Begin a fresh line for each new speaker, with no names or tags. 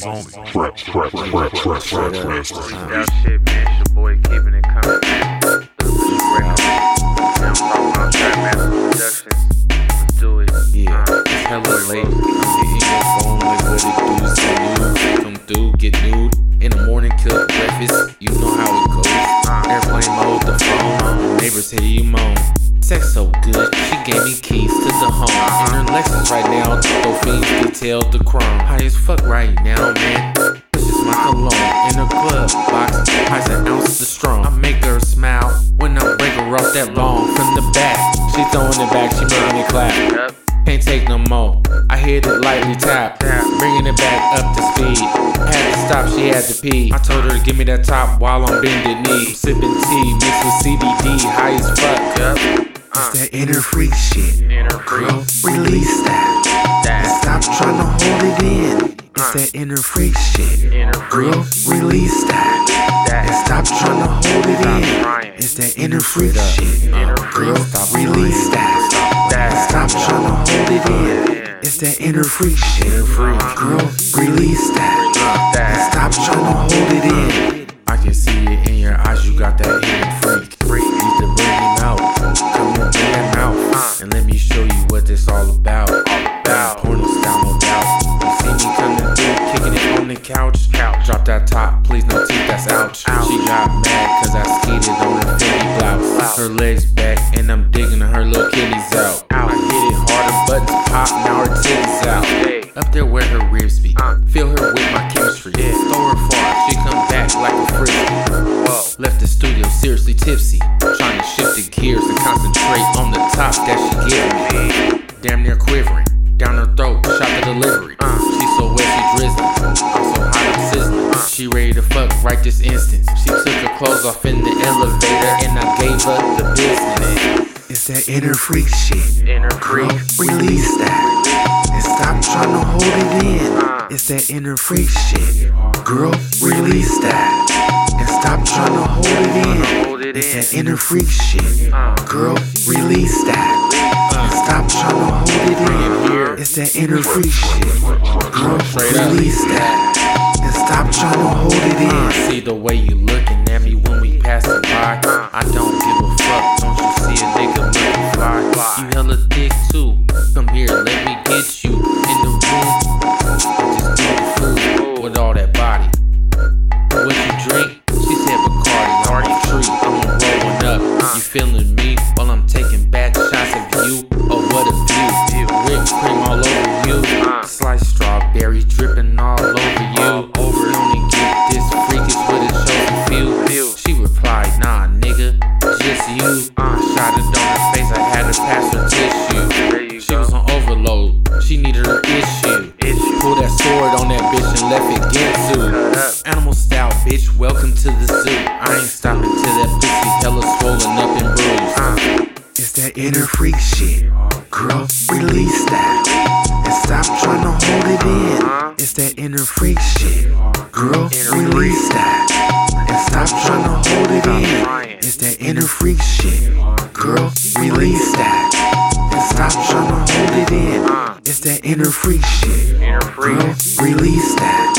masters only. Trap, trap, trap, trap, trap, masters.
Y'all shit, man. It's your boy keeping it coming. Let's do it.
Yeah,
Uh,
it's hella late.
fuck.
I'm hitting your phone like what it do's to you. Come through, get nude. In the morning, kill breakfast. You know how it goes. Airplane mode, the phone. on. Neighbors hear you moan. Sex so good, she gave me keys to the home. In her Lexus right now, Toto fiends detail the chrome. High as fuck right now, man. This is my cologne in a club box. Highs an ounce of strong. I make her smile when I break her off that long from the back. She throwing it back, she making it clap.
Yup.
Can't take no more. I hit it lightly tap, bringing it back up to speed. Had to stop, she had to pee. I told her to give me that top while I'm bended knee. Sipping tea mixed with CBD, high as fuck.
Yup.
It's that inner freak shit.
Uh. Inner freak.
Release that.
That.
Stop trying to hold it in. It's that inner freak shit.
Inner freak.
Release that.
That.
Stop trying to hold it
trying.
in. It's that inner freak shit.
Inner
Girl,
freak.
release that.
That.
Stop trying to hold it in. It's that inner freak shit. Girl, release that.
That.
Stop trying to hold it in.
I can see it in your eyes, you got that hidden freak. Need to bring him out, come and bring him out, and let me show you what this all about. About porno style, about. You see me coming through, kicking it on the couch. Drop that top, please no teeth, that's ouch. She got mad cause I skated on her fanny blouse. Her legs back and I'm digging her little kitties out. I hit it hard, her buttons pop, now her titties out.
Hey. Uh.
Up there where her ribs be. Feel her with my chemistry. Throw her far, she come back like a frisbee.
Whoa.
Left the studio seriously tipsy. Trying to shift the gears and concentrate on the top that she giving me. Damn near quivering. Down her throat, shot the delivery.
Uh.
She so wet, she drizzling. I'm so hot, I'm sizzling. She ready to fuck right this instant. She took her clothes off in the elevator and I gave her the business.
It's that inner freak shit.
Inner freak.
Release that and stop trying to hold it in. It's that inner freak shit. Girl, release that and stop trying to hold it in.
Hold it
It's that
in.
inner freak shit. Girl, release that
Uh,
and stop trying to hold it
Here,
in. It's that inner freak shit. Girl,
Straight up.
release that and stop trying to hold it in.
uh, See the way you looking at me when we passing by. I don't give a fuck. Don't you see a nigga looking fly? You hella thick too. Come here, let me get you in the room. Just do the food with all that body. What you drink? She said Bacardi. Hard treat. I'm rolling up. You feeling me while I'm taking back shots of you? Oh what a view! Whipped cream all over you. Sliced strawberries dripping all over you. Over only get this freakish with a chosen few.
Few.
She replied, Nah, nigga, just you. I shot it on her face. I had to pass her tissue.
There you
She was
go.
on overload. She needed her issue.
Issue.
Pull that sword on that bitch and left it get
Cut
to.
up.
Animal style, bitch. Welcome to the zoo. I ain't stopping till that pussy hella swollen up and bruised.
Uh,
It's that inner freak shit. Girl, release that. And stop trying to hold it in. It's that inner freak shit. Girl, release that. And stop trying to hold it in. It's that inner freak shit. Girl, release that. And stop trying to hold it in. It's that inner freak shit.
Uh. Inner
Girl,
freak.
release that.